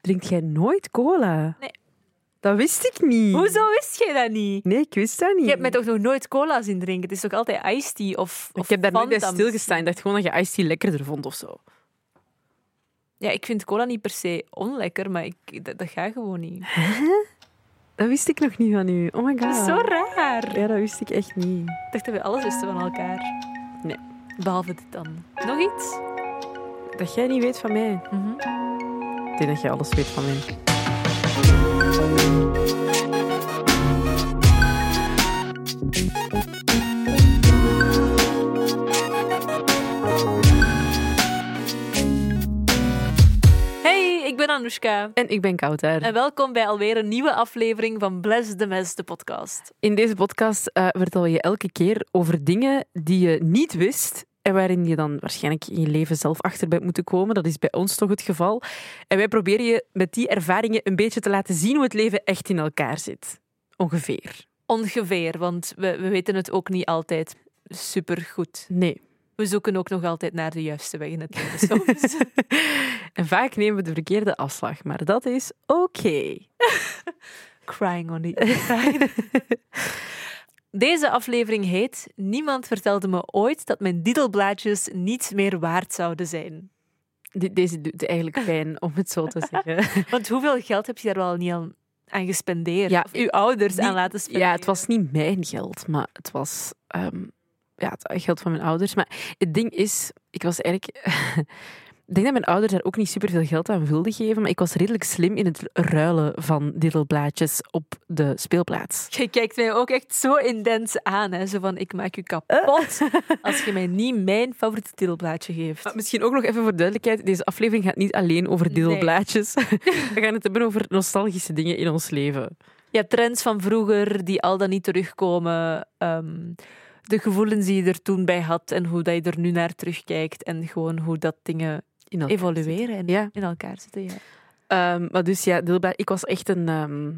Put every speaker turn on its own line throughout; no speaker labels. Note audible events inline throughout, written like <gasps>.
Drinkt jij nooit cola?
Nee.
Dat wist ik niet.
Hoezo wist jij dat niet?
Nee, ik wist dat niet.
Je hebt mij toch nog nooit cola zien drinken? Het is toch altijd iced tea of, of
Hmm. Ik heb daar
Fanta
nooit bij
misschien?
stilgestaan. Ik dacht gewoon dat je iced tea lekkerder vond of zo.
Ja, ik vind cola niet per se onlekker, maar ik, dat, dat gaat gewoon niet.
Ah.
Dat wist ik nog niet van u. Oh my
Dat
god.
is zo raar.
Ja, dat wist ik echt niet.
Ik dacht dat we alles wisten van elkaar.
Nee.
Behalve dit dan. Nog iets?
Dat jij niet weet van mij.
Mhm. Ik denk dat je alles weet van mij.
Hey, ik ben Anoushka.
En ik ben Kouter.
En welkom bij alweer een nieuwe aflevering van Bless the Mess, de podcast.
In deze podcast eh, vertel je elke keer over dingen die je niet wist. En waarin je dan waarschijnlijk in je leven zelf achter bent moeten komen. Dat is bij ons toch het geval. En wij proberen je met die ervaringen een beetje te laten zien hoe het leven echt in elkaar zit. Ongeveer.
Ongeveer, want we, we weten het ook niet altijd supergoed.
Nee.
We zoeken ook nog altijd naar de juiste weg in het leven
<laughs>
soms.
en vaak nemen we de verkeerde afslag. Maar dat is oké.
Crying on the
<laughs>
inside. Deze aflevering heet Niemand vertelde me ooit dat mijn diedelblaadjes niets meer waard zouden zijn.
De- Deze doet eigenlijk pijn, om het zo te zeggen.
Want hoeveel geld heb je daar wel niet aan, aan gespendeerd?
Ja,
of uw ouders
die-
aan laten spenderen?
Ja, het was niet mijn geld, maar het was ehm, ja, het geld van mijn ouders. Maar het ding is, ik was eigenlijk. <laughs> ik denk dat mijn ouders daar ook niet super veel geld aan wilden geven, maar ik was redelijk slim in het ruilen van diddelblaadjes op de speelplaats.
Je kijkt mij ook echt zo intens aan. Hè? Zo van, ik maak je kapot
Eh.
als je mij niet mijn favoriete diedelblaadje geeft.
Maar misschien ook nog even voor duidelijkheid: deze aflevering gaat niet alleen over diddelblaadjes. We gaan het hebben over nostalgische dingen in ons leven.
Ja, trends van vroeger die al dan niet terugkomen. ehm, de gevoelens die je er toen bij had en hoe dat je er nu naar terugkijkt. En gewoon hoe dat dingen
In elkaar
evolueren en
Ja.
in elkaar zitten. Ja.
Ehm, maar dus ja, Dilblaad, ik was echt een. ehm,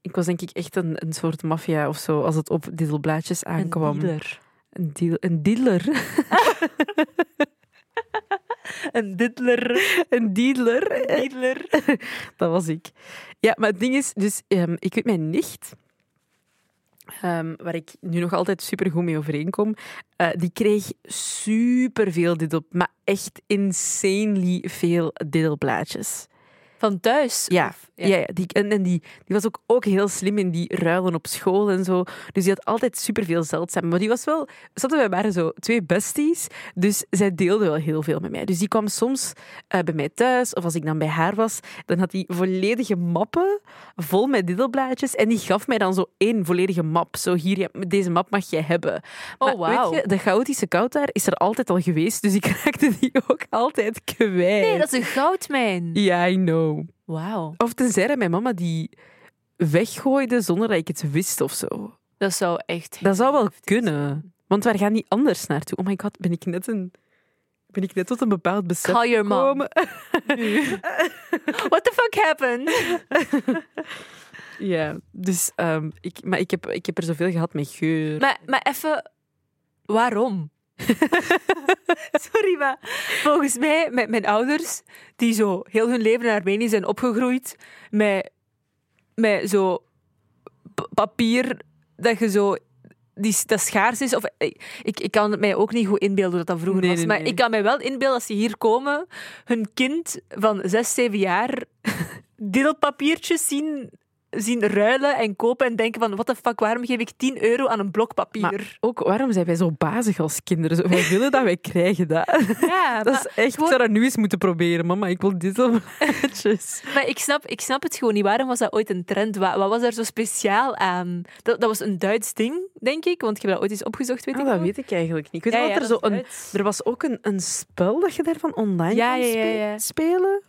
ik was denk ik echt een, een soort maffia of zo, als het op diddelblaadjes aankwam.
Een dealer.
Een, deal, een dealer.
<laughs> Een diddler.
een dealer.
Een diddler.
<laughs> Dat was ik. Ja, maar het ding is, dus ehm, ik weet mijn nicht, ehm, waar ik nu nog altijd supergoed mee overeenkom, eh, die kreeg superveel didel, maar echt insanely veel diddelblaadjes.
Van thuis.
Ja,
of-
Ja, ja, die, en, en die, die was ook, ook heel slim in die ruilen op school en zo. Dus die had altijd superveel zeldzaam. Maar die was wel... Zaten wij waren zo twee besties, dus zij deelde wel heel veel met mij. Dus die kwam soms eh, bij mij thuis, of als ik dan bij haar was, dan had die volledige mappen vol met diddelblaadjes. En die gaf mij dan zo één volledige map. Zo, hier, ja, deze map mag jij hebben.
Oh,
Maar
wauw.
weet je, de chaotische koud daar is er altijd al geweest, dus ik <laughs> raakte die ook altijd kwijt.
Nee, dat is een goudmijn.
Ja, I know.
Wauw.
Of tenzij dat mijn mama die weggooide zonder dat ik het wist of zo.
Dat zou echt...
Dat zou wel
heftig zijn.
kunnen. Want waar gaan die anders naartoe? Oh my god, ben ik net een... Ben ik net tot een bepaald besef
Call your mom.
gekomen?
<laughs> What the fuck happened?
Ja, dus... ehm, ik, maar ik heb, ik heb er zoveel gehad met geur.
Maar, maar even, waarom? <laughs> Sorry, maar volgens mij, met mijn ouders, die zo heel hun leven in Armenië zijn opgegroeid, met, met zo p- papier dat je zo. Die, s- dat schaars is. Of, ik, ik- ik kan het mij ook niet goed inbeelden hoe dat, dat vroeger
Nee,
was.
nee,
maar
nee.
ik kan mij wel inbeelden als ze hier komen, hun kind van 6, 7 jaar <laughs> deelpapiertjes zien, zien ruilen en kopen en denken van, what the fuck, waarom geef ik 10 euro aan een blok papier?
Maar ook, waarom zijn wij zo bazig als kinderen? Zo, wij willen dat, wij krijgen
<laughs>
dat.
ja,
Dat is
maar,
echt... Ik zou dat nu eens moeten proberen. Mama, ik wil dit
<laughs>
al blaadjes.
maar ik, snap, ik snap het gewoon niet. Waarom was dat ooit een trend? Wat, wat was daar zo speciaal aan? Dat, dat was een Duits ding, denk ik, want ik heb dat ooit eens opgezocht, weet
Ah,
ik
dat
nog.
weet ik eigenlijk niet. Ik weet
Ja,
wel
ja,
dat er
dat
zo
is
een...
Duits.
Er was ook een, een spel dat je daarvan online
Ja,
kon
ja, ja,
spe-
ja.
spelen.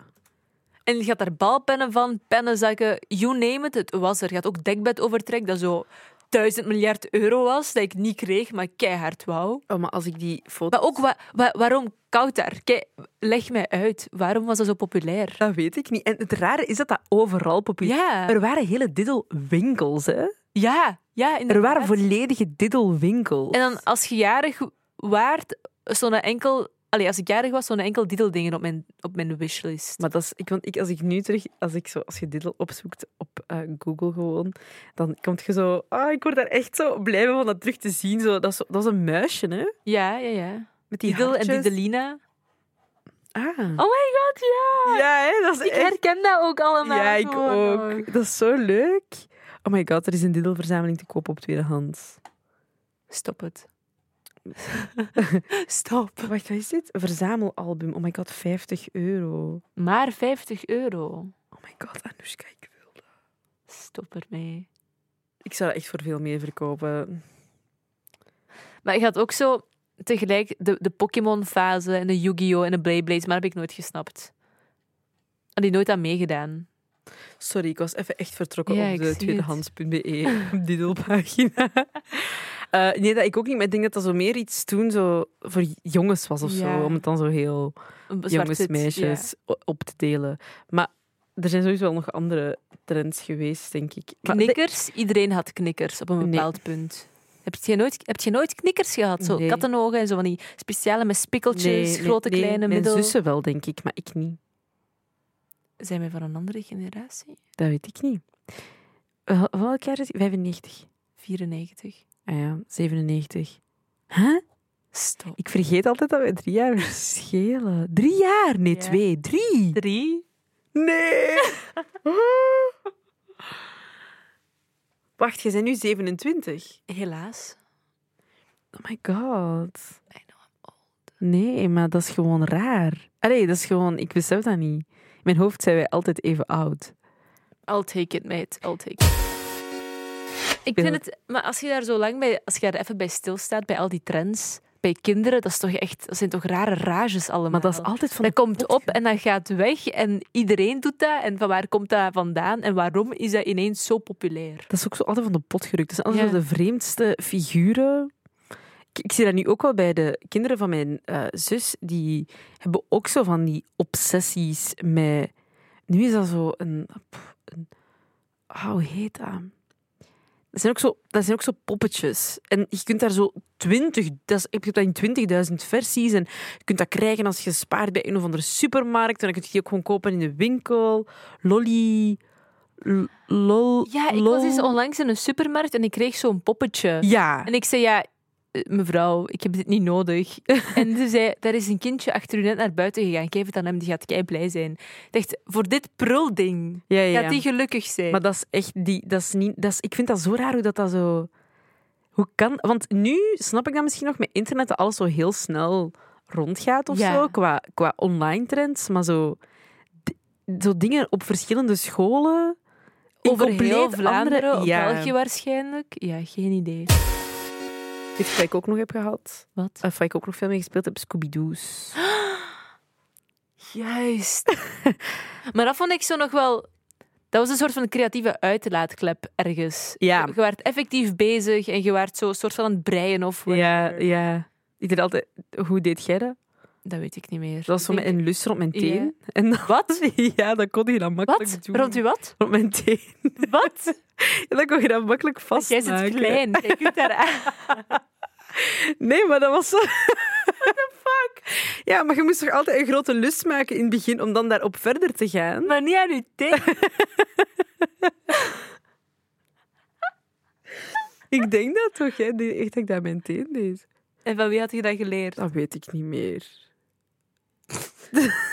En je gaat daar balpennen van, pennenzakken, you name it, het was er. Je had ook dekbed overtrek, dat zo duizend miljard euro was, dat ik niet kreeg, maar keihard wou.
Oh, maar als ik die foto...
Maar ook, wa- wa- waarom koud daar? Kijk, leg mij uit, waarom was dat zo populair?
Dat weet ik niet. En het rare is dat dat overal populair
Ja.
Er waren hele diddelwinkels, hè.
Ja, ja,
Er
inderdaad.
waren volledige diddelwinkels.
En dan als je jarig waart, stonden enkel Allee, als ik jarig was, zo'n enkel diddeldingen op mijn, op mijn wishlist.
Maar dat is, ik, want ik, als ik nu terug, als, ik zo, als je dit opzoekt op eh, Google gewoon, dan komt je zo, ah, ik word daar echt zo blij van om dat terug te zien. Zo, dat, is, zo- dat is een muisje, hè?
Ja, ja, ja.
Met die
Diddel en
hartjes.
Diddelina.
Ah.
Oh my god, ja!
Ja, hè? Dat is
Ik
echt...
herken dat ook allemaal.
Ja, ik
gewoon nog.
ook. Dat is zo leuk. Oh my god, er is een diddelverzameling te koop op tweedehands.
Stop het. Stop.
Wacht, wat is dit? Een verzamelalbum. Oh my god, 50 euro.
Maar 50 euro.
Oh my god, Anoushka, ik wil dat.
Stop ermee.
Ik zou dat echt voor veel meer verkopen.
Maar je had ook zo tegelijk de, de Pokémon-fase en de Yu-Gi-Oh! en de Beyblades, maar dat heb ik nooit gesnapt. En die nooit aan meegedaan.
Sorry, ik was even echt vertrokken
Ja,
op
ik zie
de
het.
<laughs> tweedehands.be diddelpagina. Eh, nee, dat ik ook niet. Maar ik denk dat dat zo meer iets toen zo voor jongens was of
Ja.
zo. Om het dan zo heel...
Een
jongens,
zwart-wit,
meisjes o- op te delen. Maar er zijn sowieso wel nog andere trends geweest, denk ik.
ja.
Maar
Knikkers, iedereen had knikkers op een
Nee.
bepaald punt. Heb je, nooit, heb je nooit knikkers gehad? Zo
Nee.
kattenogen en zo van die speciale met
de-
spikkeltjes,
nee, nee,
grote,
nee,
kleine,
Mijn
middel.
zussen wel, denk ik, maar ik niet.
Zijn wij van een andere generatie?
Dat weet ik niet. Wel- Welk jaar is het? 95.
94.
Ah ja, 97. Huh?
Stop.
Ik vergeet altijd dat wij drie jaar verschillen. Drie jaar? Nee,
Ja.
twee. Drie.
Drie?
Nee. <laughs> Wacht, je bent nu 27.
Helaas.
Oh my god. Nee, maar dat is gewoon raar. Allee, dat is gewoon... Ik besef dat niet. In mijn hoofd zijn wij altijd even oud.
I'll take it, mate. I'll take it. Ik vind het, maar als je daar zo lang bij, als je daar even bij stilstaat, bij al die trends, bij kinderen, dat, is toch echt, dat zijn toch rare rages allemaal.
Maar dat is altijd van...
dat komt op en dat gaat weg en iedereen doet dat. En van waar komt dat vandaan en waarom is dat ineens zo populair?
Dat is ook zo altijd van de pot gerukt. Dat zijn altijd
Ja.
zo de vreemdste figuren. Ik, ik zie dat nu ook wel bij de kinderen van mijn eh, zus. Die hebben ook zo van die obsessies met... Nu is dat zo een... pff, een ah, hoe heet dat? Dat zijn, ook zo, dat zijn ook zo poppetjes. En je kunt daar zo 20, dat is, ik heb dat in 20.000 versies. En je kunt dat krijgen als je spaart bij een of andere supermarkt. En dan kun je die ook gewoon kopen in de winkel. Lolly. l- Lol.
Ja, ik
lol.
was eens onlangs in een supermarkt en ik kreeg zo'n poppetje.
Ja.
En ik zei, ja, eh, mevrouw, ik heb dit niet nodig. <laughs> en ze zei, daar is een kindje achter u net naar buiten gegaan. Geef het aan hem, die gaat kei blij zijn. Ik dacht, voor dit prulding
ja, ja,
gaat
ja.
die gelukkig zijn.
Maar dat is echt die, dat is niet, dat is, ik vind dat zo raar hoe dat, dat zo. Hoe kan. Want nu snap ik dat misschien nog met internet dat alles zo heel snel rondgaat of
Ja.
zo. Qua, qua online trends, maar zo. d- Zo dingen op verschillende scholen. in
Over heel
compleet
Vlaanderen,
andere,
op
ja.
België waarschijnlijk. Ja, geen idee.
Weet je wat ik ook nog heb gehad?
Wat?
Of wat ik ook nog veel mee gespeeld heb? Scooby-Doo's.
Juist. <laughs> maar dat vond ik zo nog wel... Dat was een soort van creatieve uitlaatklep ergens.
Ja.
Je waart effectief bezig en je waart zo een soort van aan het breien of...
Ja, ja. Ik deed altijd... Hoe deed jij dat?
Dat weet ik niet meer.
Dat was zo
Ik
met
denk-
een lus rond mijn
Ja.
teen. En dan-
Wat?
<laughs> ja, dat kon je dan makkelijk
Wat?
doen.
Rond u wat?
Rond mijn teen. <laughs>
Wat?
En dan kon je dat makkelijk
Jij
vastmaken.
zit klein. Jij kunt daar
<laughs>
aan.
Nee, maar dat was
<laughs>
zo... What the fuck? Ja, maar je moest toch altijd een grote lus maken in het begin om dan daarop verder te gaan?
Maar niet aan je teen.
Ik denk dat toch, hè? Die- Echt dat ik dat mijn teen deed.
<laughs> En van wie had je dat geleerd?
Dat weet ik niet meer.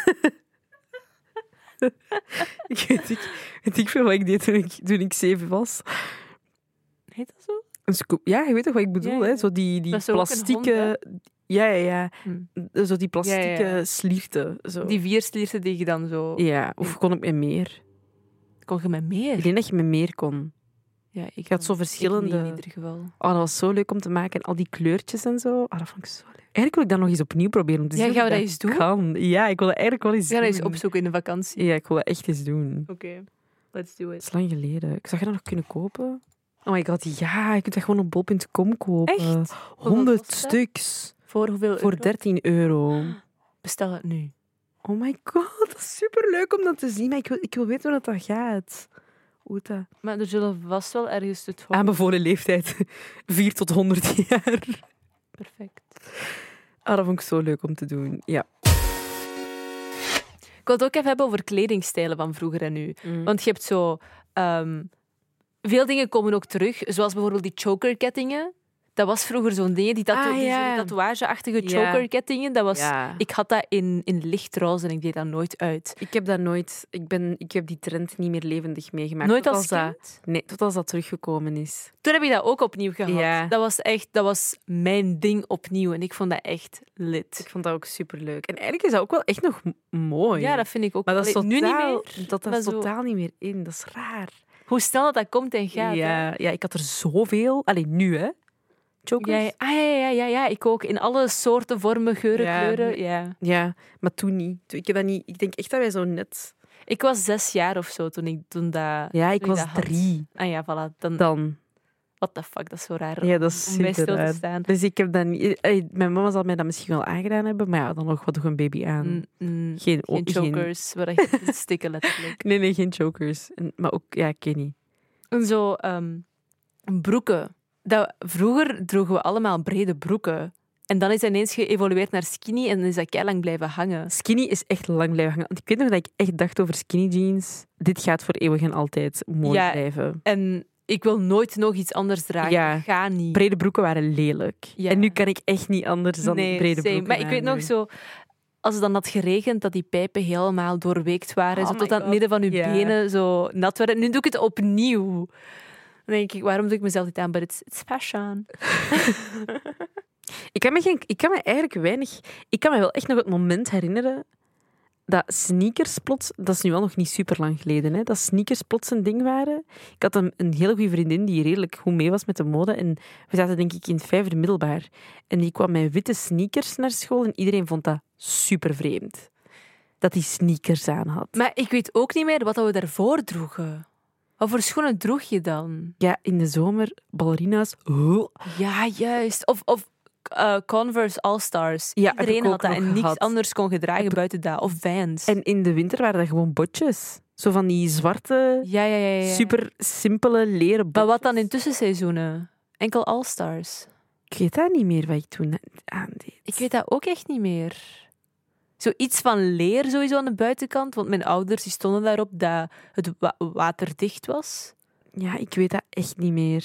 <laughs> ik weet, ik, weet ik veel wat ik deed toen ik, toen ik zeven was.
Heet dat zo?
Een scoop. Ja, je weet toch wat ik bedoel,
Ja, ja,
hè?
ja.
Zo die, die
Dat is zo ook een hond, Hmm.
plastieke... ja, ja, ja. Eh, Zo die plastieke
Ja, ja, ja.
slierten. Zo.
Die vier slierten die je dan zo...
Ja, of kon ik met meer?
Kon je met
Ik
meer?
denk dat je met meer kon.
Ja, ik
Je had zo
verschillende... in
verschillende...
ieder geval.
Oh, dat was zo leuk om te maken. En al die kleurtjes en zo. Oh, dat vond ik zo leuk. Eigenlijk wil ik dat nog eens opnieuw proberen. Om te
Ja,
zien of
gaan we
ik
dat eens doen?
Kan. Ja, ik wil dat eigenlijk wel eens
We gaan
doen.
eens opzoeken in de vakantie.
Ja, ik wil dat echt eens doen.
Oké, let's do
Dat is lang geleden. Ik zag je dat nog kunnen kopen. Oh my god, ja. Je kunt dat gewoon op bol.com kopen.
Echt?
100
kost dat?
stuks.
Voor hoeveel
Voor 13 euro.
Bestel het nu.
Oh my god, dat is superleuk om dat te zien. Maar ik wil, ik wil weten hoe dat dan gaat. Hoe dat...
Maar er zullen vast wel ergens het voor.
<laughs> Aanbevolen leeftijd. 4 tot 100 jaar.
Perfect.
Ah, dat vond ik zo leuk om te doen. Ja.
Ik wil het ook even hebben over kledingstijlen van vroeger en nu. Want je hebt zo... ehm, veel dingen komen ook terug, zoals bijvoorbeeld die chokerkettingen. Dat was vroeger zo'n ding, die, tatoe
Ah,
die
ja.
zo'n tatoeageachtige
Ja.
chokerkettingen. Dat was...
ja. Ik,
Ik had dat in, in lichtroze en ik deed dat nooit uit.
ik heb dat nooit... Ik, ben, ik heb die trend niet meer levendig meegemaakt.
nooit
tot
als
dat,
kind.
Nee, tot als dat teruggekomen is.
Toen heb ik dat ook opnieuw gehad.
Ja.
Dat was echt... Dat was mijn ding opnieuw en ik vond dat echt
Ik
lit.
vond dat ook superleuk. En eigenlijk is dat ook wel echt nog m- mooi.
Ja, dat vind ik ook.
maar dat is
Allee,
totaal,
nu niet meer.
Dat, dat
maar
is
zo-
totaal niet meer in. Dat is raar.
Hoe snel dat, dat komt en gaat. hè.
ja, ja, ik had er zoveel. Alleen nu, hè. Chokers.
Ja, ja, ah, ja, ja, ja, ja, ik ook. In alle soorten, vormen, geuren,
Ja.
kleuren. Ja.
Ja, maar toen niet. Toen- Ik, heb dat niet. ik denk echt dat wij zo net...
Ik was zes jaar of zo toen ik toen dat...
Ja, ik
Toen ik
was
dat had.
drie.
Ah ja, voilà. Dan,
Dan.
what the fuck, dat is zo raar.
Ja, dat is
om bij stil
superraar.
te staan.
Dus ik heb dat niet... eh, Mijn mama zal mij dat misschien wel aangedaan hebben, maar ja, dan nog wat toch een baby aan.
Mm, mm,
Geen, o-
geen chokers,
<laughs>
waar je kunt stikken letterlijk.
Nee, nee, geen chokers. En- Maar ook, ja, ik weet niet.
En zo, ehm, broeken. Dat, vroeger droegen we allemaal brede broeken. En dan is dat ineens geëvolueerd naar skinny en dan is dat lang blijven hangen.
Skinny is echt lang blijven hangen. Want ik weet nog dat ik echt dacht over skinny jeans. Dit gaat voor eeuwig en altijd mooi
Ja.
blijven.
En ik wil nooit nog iets anders dragen.
Ja.
Ga niet.
Brede broeken waren lelijk.
Ja.
En nu kan ik echt niet anders dan
Nee,
brede
same.
broeken.
Maar ik weet nog
aandoen.
zo, als het dan had geregend, dat die pijpen helemaal doorweekt waren.
Oh
zo
my
tot aan het
God.
midden van uw
Ja.
benen zo nat werden. Nu doe ik het opnieuw. Dan denk ik, waarom doe ik mezelf dit aan? But it's, it's fashion.
Ik kan, me geen, ik kan me eigenlijk weinig... Ik kan me wel echt nog het moment herinneren dat sneakers plots... Dat is nu wel nog niet super lang geleden, hè. Dat sneakers plots een ding waren. Ik had een, een hele goede vriendin die redelijk goed mee was met de mode. En we zaten denk ik in het vijfde middelbaar. En die kwam met witte sneakers naar school. En iedereen vond dat super vreemd. Dat die sneakers aan had.
Maar ik weet ook niet meer wat dat we daarvoor droegen. Wat voor schoenen droeg je dan?
Ja, in de zomer, ballerina's. Huh.
Ja, juist. Of, of eh, Converse All-Stars.
Ja, heb
Iedereen
ik
had
ook
dat
nog
en niks
gehad.
anders kon gedragen buiten dat. Of Vans.
En in de winter waren dat gewoon botjes. Zo van die zwarte,
ja, ja, ja, ja, ja.
super simpele leren botjes.
Maar wat dan in tussenseizoenen? Enkel All-Stars.
Ik weet dat niet meer wat ik toen Ah, aandeed.
Ik weet dat ook echt niet meer. Zoiets van leer sowieso aan de buitenkant, want mijn ouders die stonden daarop dat het wa- waterdicht was.
Ja, ik weet dat echt niet meer.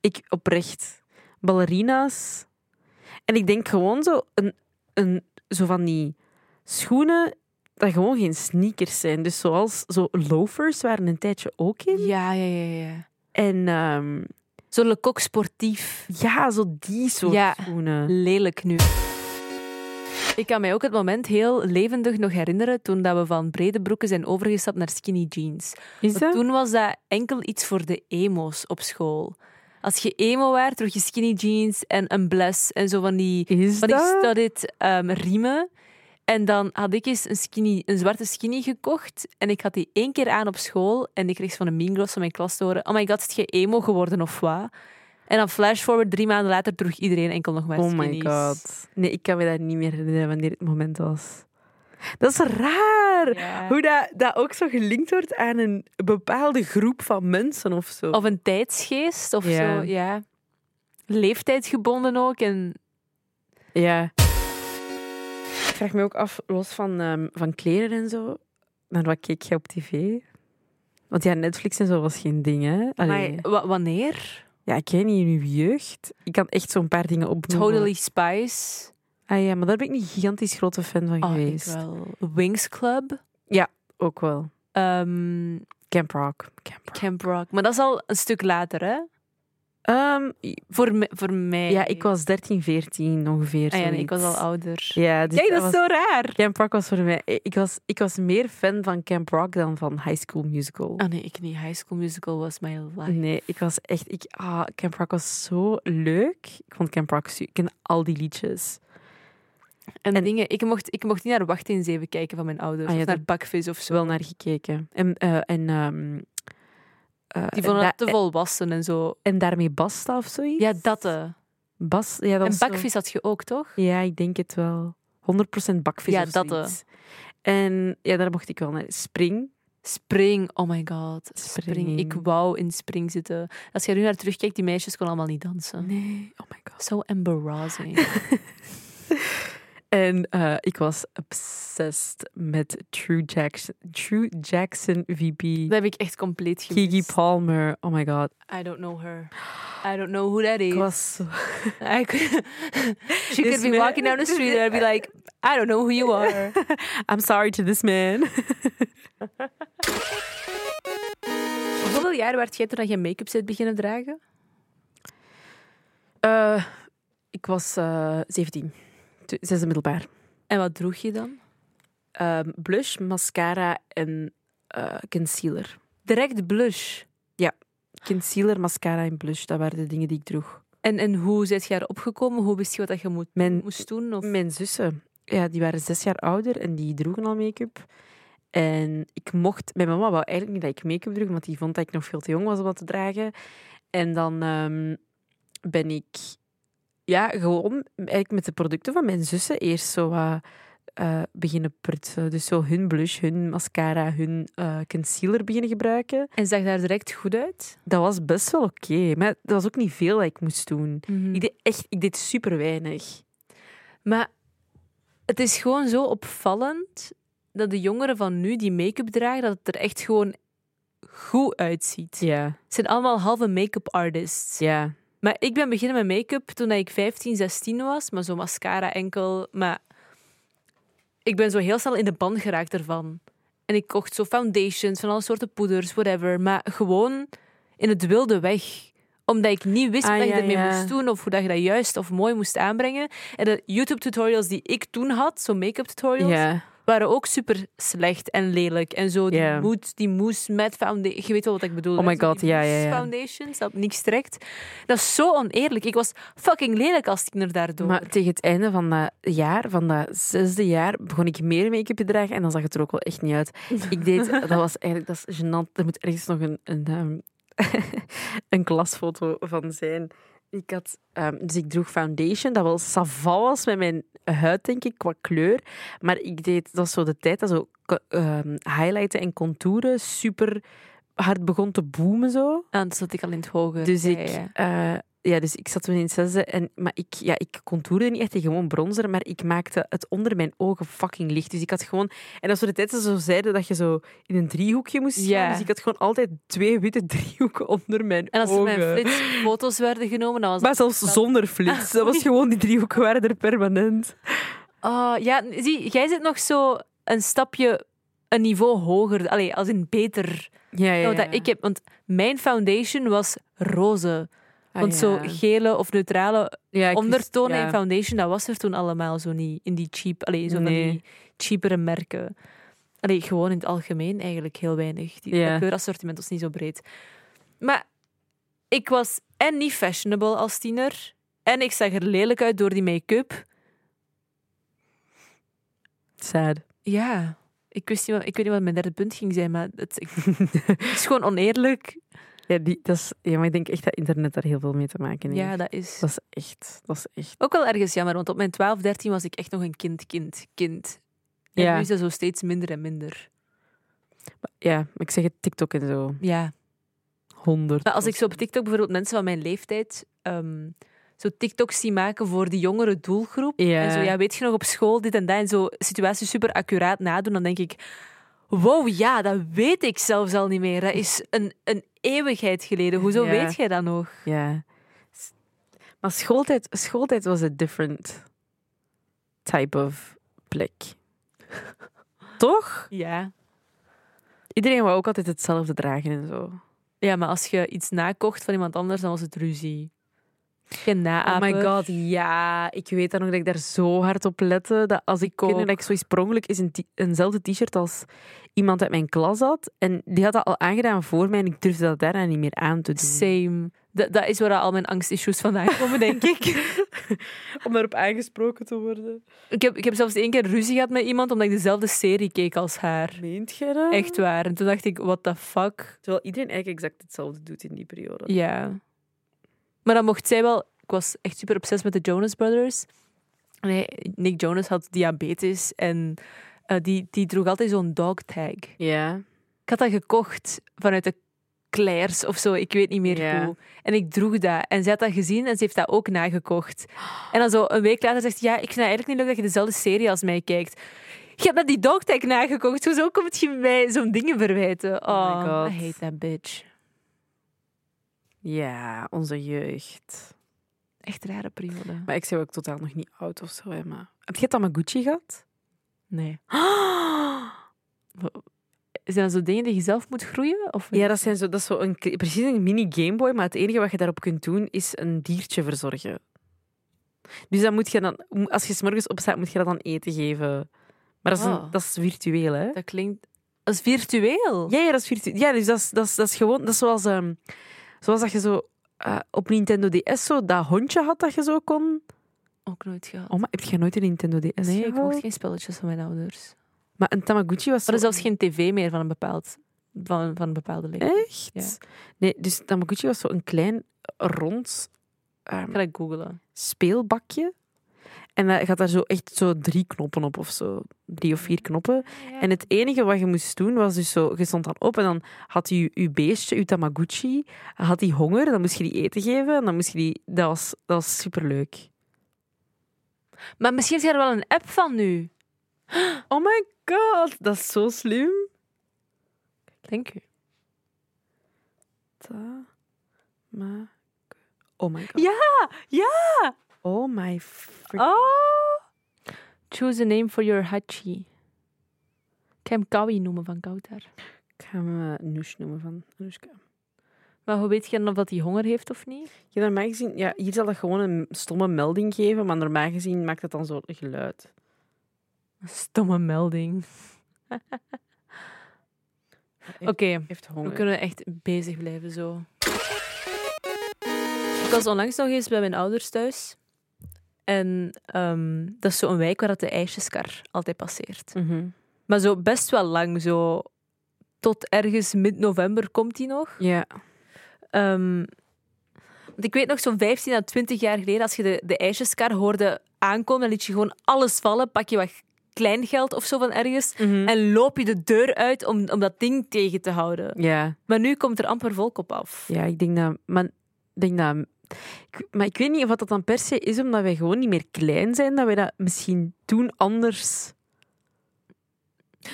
Ik oprecht. Ballerina's. En ik denk gewoon zo, een, een, zo van die schoenen dat gewoon geen sneakers zijn. Dus zoals zo loafers waren een tijdje ook in.
Ja, ja, ja. ja.
En ehm,
Zo le coq sportief.
ja, zo die soort
Ja.
schoenen.
Lelijk nu. Ik kan mij ook het moment heel levendig nog herinneren toen dat we van brede broeken zijn overgestapt naar skinny jeans.
Is
Want Toen was dat enkel iets voor de emo's op school. Als je emo werd, droeg je skinny jeans en een bles en zo van die
Is
Want ik
dat?
studied ehm riemen. En dan had ik eens een, skinny, een zwarte skinny gekocht. En ik had die één keer aan op school. En ik kreeg van een mean girls van mijn klas te horen... Oh my god, is je emo geworden of wat? En dan flash forward, drie maanden later droeg iedereen enkel nog maar
Oh my
skinnies.
god. Nee, ik kan me dat niet meer herinneren wanneer het moment was. Dat is raar.
Ja.
Hoe dat, dat ook zo gelinkt wordt aan een bepaalde groep van mensen of zo.
Of een tijdsgeest of
Ja.
zo, ja. Leeftijdsgebonden ook. En
ja. Ik vraag me ook af, los van, ehm, van kleren en zo, naar wat keek jij op tv? Want ja, Netflix en zo was geen ding, hè? Allee.
Maar wa- wanneer?
Ja, ik ken niet in uw jeugd. Ik kan echt zo'n paar dingen opnoemen.
Totally Spice.
Ah ja, maar daar ben ik niet gigantisch grote fan van
Oh, ik
geweest.
wel. Wings Club.
Ook wel.
ehm,
Camp Rock. Camp Rock.
Camp Rock. Maar dat is al een stuk later, hè?
Ehm,
Voor, me- voor mij.
Ja, ik was 13, 14 ongeveer.
Ah ja, nee, ik was
zoiets.
al ouder.
Ja, dus
Kijk, dat is
was-
zo raar.
Camp Rock was voor mij... Ik was, ik was meer fan van Camp Rock dan van High School Musical.
Ah nee, ik niet. High School Musical was my life.
Nee, ik was echt... Ik, ah, Camp Rock was zo leuk. Ik vond Camp Rock... su- Ik ken al die liedjes.
En, dingen, ik mocht, ik mocht niet naar Wacht in Zeven kijken van mijn ouders.
Ah ja,
of naar
dat-
Bakvis of zo.
Wel naar gekeken. En... eh, en ehm, eh,
Die
en
vonden dat
da-
te volwassen en zo.
En daarmee basta of zoiets?
Ja, dat. hè.
Bas, ja, dat
En
was zo-
Bakvis had je ook, toch?
Ja, ik denk het wel. 100% bakvis
Ja,
of
dat, eh.
zoiets. En ja, daar mocht ik wel naar. Spring.
Spring, oh my god. Spring.
Spring.
Ik wou in Spring zitten. Als je er nu naar
Oh
Mhm. terugkijkt, die meisjes konden allemaal niet dansen.
Nee, oh my god.
Zo embarrassing.
En eh, ik was obsessed met True Jackson, True Jackson VB.
Dat heb ik echt compleet gemist.
Kiki Palmer, oh my god.
I don't know her. I don't know who that is.
Ik was zo-
I could, <laughs> she
This
could be
man-
walking <laughs> down the street and I'd be like, I don't know who you are.
I'm sorry to this man.
<laughs> Hoeveel jaar werd jij toen je make-up zit beginnen dragen?
Eh, ik was eh 17, Tu- zesde middelbaar.
En wat droeg je dan?
Ehm, blush, mascara en eh, concealer.
Direct blush.
Concealer, mascara en blush, dat waren de dingen die ik droeg.
En, en hoe zit je erop gekomen? Hoe wist je wat dat je moet,
Mijn,
moest doen? Of...
mijn zussen, ja, die waren zes jaar ouder en die droegen al make-up. En ik mocht... Mijn mama wou eigenlijk niet dat ik make-up droeg, want die vond dat ik nog veel te jong was om dat te dragen. En dan ehm, ben ik... Ja, gewoon eigenlijk met de producten van mijn zussen eerst zo wat eh, beginnen prutsen. Dus zo hun blush, hun mascara, hun eh, concealer beginnen gebruiken.
En zag daar direct goed uit?
Dat was best wel oké, maar dat was ook niet veel dat ik moest doen.
Mhm.
Ik deed echt, ik deed super weinig.
Maar het is gewoon zo opvallend dat de jongeren van nu die make-up dragen, dat het er echt gewoon goed uitziet.
Ja,
Het zijn allemaal halve make-up artists.
ja.
Maar ik ben beginnen met make-up toen ik 15, 16 was. Maar zo mascara enkel. Maar ik ben zo heel snel in de band geraakt ervan. En ik kocht zo foundations van alle soorten poeders, whatever. Maar gewoon in het wilde weg. Omdat ik niet wist
Ah,
wat
ja,
je ermee
ja.
moest doen. Of hoe dat je dat juist of mooi moest aanbrengen. En de YouTube-tutorials die ik toen had, zo make-up tutorials,
Ja,
waren ook super slecht en lelijk. En zo die
Ja.
mousse, die mousse met foundation. Je weet wel wat ik bedoel.
Oh
hè?
my
Zo
God,
die
ja, ja,
mousse
ja.
foundations, dat op niks trekt. Dat is zo oneerlijk. Ik was fucking lelijk als tiener daardoor.
maar tegen het einde van dat jaar, van dat zesde jaar, begon ik meer make-up te dragen en dan zag het er ook wel echt niet uit. Ik deed, dat was eigenlijk, dat is gênant. Er moet ergens nog een, een, ehm, <laughs> een klasfoto van zijn. Ik had, ehm, dus ik droeg foundation, dat wel savat was met mijn huid, denk ik, qua kleur. Maar ik deed, dat was zo de tijd dat zo ko- ehm, highlighten en contouren super hard begon te boomen zo.
En dat zat ik al in het hoger.
Dus
Ja,
ik,
ja, ja.
eh, ja, dus ik zat toen in het zesde. En, maar ik, ja, ik contourde niet echt, ik gewoon bronzer. Maar ik maakte het onder mijn ogen fucking licht. Dus ik had gewoon... En als we de tijd dat ze zo zeiden dat je zo in een driehoekje moest staan.
Ja.
Dus ik had gewoon altijd twee witte <laughs> driehoeken onder mijn
En als er
ogen.
mijn flits foto's werden genomen, dan was dat... Ah,
Maar zelfs zonder flits. Dat was gewoon, die driehoeken waren er permanent.
Oh, ja, zie, jij zit nog zo een stapje, een niveau hoger. Allee, als in beter.
Ja, ja,
dan wat dat ik heb, want mijn foundation was roze.
Ah,
Want zo gele of neutrale ondertonen in foundation, dat was er toen allemaal zo niet. In die cheap, allee, zo
Nee.
van die cheapere merken. Allee, gewoon in het algemeen eigenlijk heel weinig. Die,
Ja.
Dat kleurassortiment was niet zo breed. Maar ik was en niet fashionable als tiener. En ik zag er lelijk uit door die make-up.
Sad.
Ja, ik, wist niet wat, ik weet niet wat mijn derde punt ging zijn, maar
<laughs>
het, ik- het is gewoon oneerlijk.
Ja, die, dat is, ja, maar ik denk echt dat internet daar heel veel mee te maken heeft.
Ja, dat is
Dat is echt... Dat is echt
ook wel ergens jammer, want op mijn 12, 13 was ik echt nog een kind, kind, kind. En
Ja.
nu is dat zo steeds minder en minder.
Ja, maar ik zeg het TikTok en zo.
Ja.
100.
Maar als ik zo op TikTok bijvoorbeeld mensen van mijn leeftijd ehm, zo TikToks zie maken voor die jongere doelgroep.
Ja.
En zo, ja, weet je nog op school dit en dat en zo situaties super accuraat nadoen, dan denk ik, wow, ja, dat weet ik zelfs al niet meer. Dat is een, een eeuwigheid geleden. Hoezo
Ja.
weet jij dat nog?
Ja. S- Maar schooltijd, schooltijd was een different type of plek. <laughs> Toch?
Ja.
Iedereen wou ook altijd hetzelfde dragen en zo.
Ja, maar als je iets nakocht van iemand anders, dan was het ruzie. Geen naapen.
Oh god, ja. Ik weet dan nog dat ik daar zo hard op lette. Dat als ik
ook.
kinderen dat ik zoiets per ongeluk is een t- eenzelfde t-shirt als iemand uit mijn klas had. En die had dat al aangedaan voor mij en ik durfde dat daarna niet meer aan te doen.
Same. Dat, dat is waar al mijn angstissues vandaan komen, denk ik.
<laughs> Om daarop aangesproken te worden.
Ik heb, ik heb zelfs één keer ruzie gehad met iemand omdat ik dezelfde serie keek als haar.
Meent jij dat?
Echt waar. En toen dacht ik, what the fuck?
Terwijl iedereen eigenlijk exact hetzelfde doet in die periode.
Ja. Maar dan mocht zij wel... Ik was echt super obsessed met de Jonas Brothers. Nee, Nick Jonas had diabetes en eh, die, die droeg altijd zo'n dog tag.
Ja.
Ik had dat gekocht vanuit de Claire's of zo, ik weet niet meer
Ja.
hoe. En ik droeg dat. En zij had dat gezien en ze heeft dat ook nagekocht. En dan zo een week later zegt ze, ja, ik vind het eigenlijk niet leuk dat je dezelfde serie als mij kijkt. Je hebt dat die dogtag nagekocht, hoezo kom je mij zo'n dingen verwijten?
Oh
Oh,
my
I
God.
hate that bitch.
Ja, onze jeugd.
Echt rare periode.
Maar ik zei ook totaal nog niet oud of zo, hè, maar... Heb je Tamaguchi <gasps> gehad?
Nee. Zijn dat zo dingen die je zelf moet groeien? Of
Ja, dat, zijn zo, dat is zo een, kle- precies een mini Gameboy, maar het enige wat je daarop kunt doen, is een diertje verzorgen. Dus dan moet je dan, als je 's morgens opstaat, moet je dat dan eten geven. Maar dat is, een-
Oh.
dat is virtueel, hè?
dat klinkt... Dat is virtueel.
Ja, ja, dat is virtueel. Ja, dus dat is, dat is, dat is gewoon... Dat is zoals, ehm, zoals dat je zo eh, op Nintendo DS zo dat hondje had dat je zo kon...
Ook nooit gehad.
Oh, maar heb je nooit een Nintendo DS
Oh, nee, ik
gehad?
mocht geen spelletjes van mijn ouders.
Maar een Tamagotchi was
Er is
zo-
zelfs geen tv meer van een, bepaald, van, van een bepaalde leeftijd.
Echt?
Ja.
Nee, dus Tamagotchi was zo'n klein, rond ehm,
Ik ga dat googlen.
speelbakje. En dat gaat daar zo echt zo drie knoppen op of zo. Drie of vier knoppen. En het enige wat je moest doen was dus zo... Je stond dan op en dan had je je beestje, je Tamagotchi, had die honger. Dan moest je die eten geven. En dan moest je die... Dat was, dat was superleuk.
Maar misschien is er wel een app van nu.
Oh my god, dat is zo slim.
Dank u.
Tamagotchi. Oh my god.
Ja, ja!
Oh my freaking...
Oh! Choose a name for your hachi. Ik ga hem Kawi noemen van Kautar.
Ik ga hem eh, Noes noemen van Anoushka.
Maar hoe weet je dan of dat hij honger heeft of niet?
Ja, normaal gezien, ja, hier zal dat gewoon een stomme melding geven, maar normaal gezien maakt dat dan zo'n geluid.
Stomme melding. <laughs> Oké.
Heeft
We
honger.
kunnen echt bezig blijven zo. Ik was onlangs nog eens bij mijn ouders thuis. En ehm, dat is zo'n wijk waar dat de ijsjeskar altijd passeert.
Mhm.
Maar zo best wel lang, zo tot ergens mid-november komt die nog.
Ja.
Ehm, want ik weet nog, zo'n 15 à 20 jaar geleden, als je de, de ijsjeskar hoorde aankomen, dan liet je gewoon alles vallen. Pak je wat kleingeld of zo van ergens. En loop je de deur uit om, om dat ding tegen te houden.
ja.
Maar nu komt er amper volk op af.
Ja, ik denk dat... Maar, ik denk dat ik- maar ik weet niet of dat dan per se is omdat wij gewoon niet meer klein zijn, dat wij dat misschien toen anders...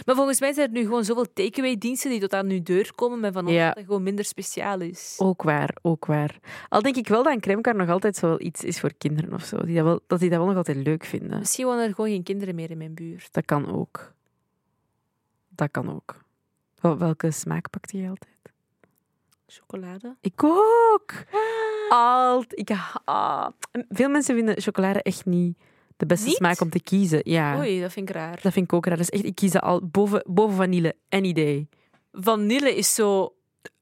Maar volgens mij zijn er nu gewoon zoveel takeaway-diensten die tot aan uw deur komen, maar van ons
Ja. Oh.
dat dat gewoon minder speciaal is.
Ook waar, ook waar. Al denk ik wel dat een crèmekaart nog altijd zo wel iets is voor kinderen of zo. Die dat, wel, dat die dat wel nog altijd leuk vinden.
Misschien wonen er gewoon geen kinderen meer in mijn buurt.
Dat kan ook. Dat kan ook. Wel- Welke smaak pakte je altijd?
Chocolade?
Ik ook.
Ah.
Alt. Ik, haat- Veel mensen vinden chocolade echt niet de beste
Niet?
smaak om te kiezen. Ja,
Oei, dat vind ik raar.
dat vind ik ook raar. Dus echt, ik kies dat al boven, boven vanille. Any day.
Vanille is zo...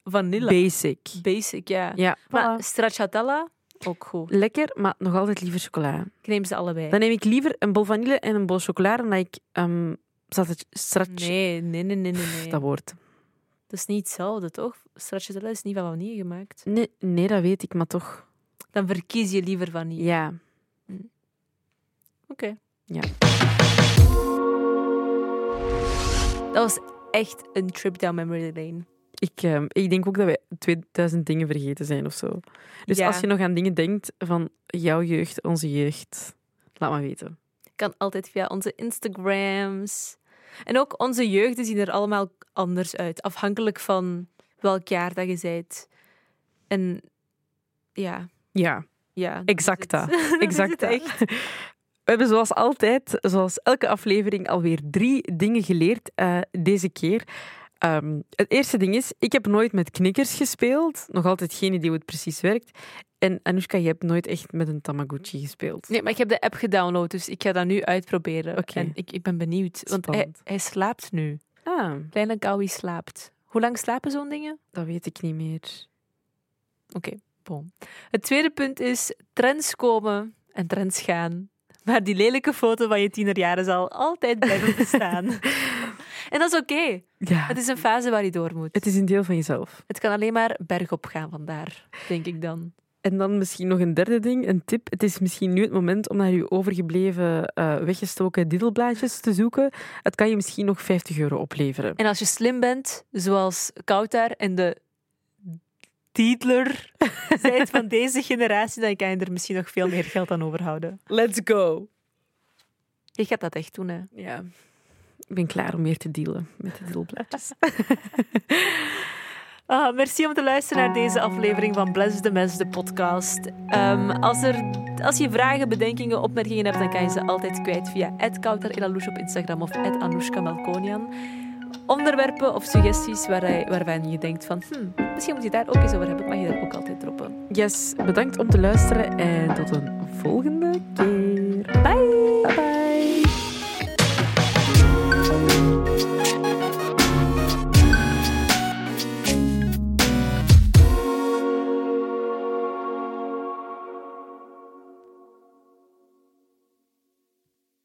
Vanille.
Basic.
Basic, ja.
Ja,
Maar
voilà.
stracciatella, ook goed.
Lekker, maar nog altijd liever chocola.
Ik neem ze allebei.
Dan neem ik liever een bol vanille en een bol chocola dan dat ik ehm stracci- stracci-
Nee, nee, nee, nee, nee. nee.
Dat woord.
Dat is niet hetzelfde, toch? Stracciatella is niet van vanille gemaakt.
Nee, nee, dat weet ik, maar toch.
Dan verkies je liever vanille.
Ja.
Oké.
Ja.
Dat was echt een trip down memory lane.
Ik, ehm, ik denk ook dat wij 2000 dingen vergeten zijn of zo. Dus
Ja.
als je nog aan dingen denkt van jouw jeugd, onze jeugd, laat maar weten.
Kan altijd via onze Instagrams. En ook onze jeugden zien er allemaal anders uit, afhankelijk van welk jaar dat je bent. En ja,
Ja,
ja.
exact
<laughs>
dat. Exact dat.
Exact.
We hebben zoals altijd, zoals elke aflevering, alweer drie dingen geleerd eh, deze keer. Ehm, het eerste ding is, ik heb nooit met knikkers gespeeld. Nog altijd geen idee hoe het precies werkt. En Anoushka, je hebt nooit echt met een Tamagotchi gespeeld.
Nee, maar ik heb de app gedownload, dus ik ga dat nu uitproberen.
Oké.
En ik, ik ben benieuwd, want hij,
Spannend.
hij slaapt nu.
Ah,
Kleine Kawi slaapt. Hoe lang slapen zo'n dingen?
dat weet ik niet meer.
Oké, bon. Het tweede punt is trends komen en trends gaan. Maar die lelijke foto van je tienerjaren zal altijd blijven <laughs> bestaan. en dat is oké.
Ja,
Het is een fase waar je door moet.
het is een deel van jezelf.
Het kan alleen maar bergop gaan vandaar, denk ik dan.
En dan misschien nog een derde ding, een tip. Het is misschien nu het moment om naar je overgebleven, eh, weggestoken diddelblaadjes te zoeken. Het kan je misschien nog 50 euro opleveren.
En als je slim bent, zoals Kautar en de <laughs> Tietler bent van deze generatie, dan kan je er misschien nog veel meer geld aan overhouden.
Let's go.
Je gaat dat echt doen, hè?
Ja. Ik ben klaar om weer te dealen met de deelblaadjes.
Ah, merci om te luisteren naar deze aflevering van Bless the Mess, de podcast. Ehm, als, er, als je vragen, bedenkingen, opmerkingen hebt, dan kan je ze altijd kwijt via @koutarilalouche op Instagram of Anoushka Melkonian. Onderwerpen of suggesties waar hij, waarvan je denkt van, hmm, misschien moet je daar ook eens over hebben, mag je daar ook altijd droppen.
Yes, bedankt om te luisteren en tot een volgende keer.
Bye!
Bye bye.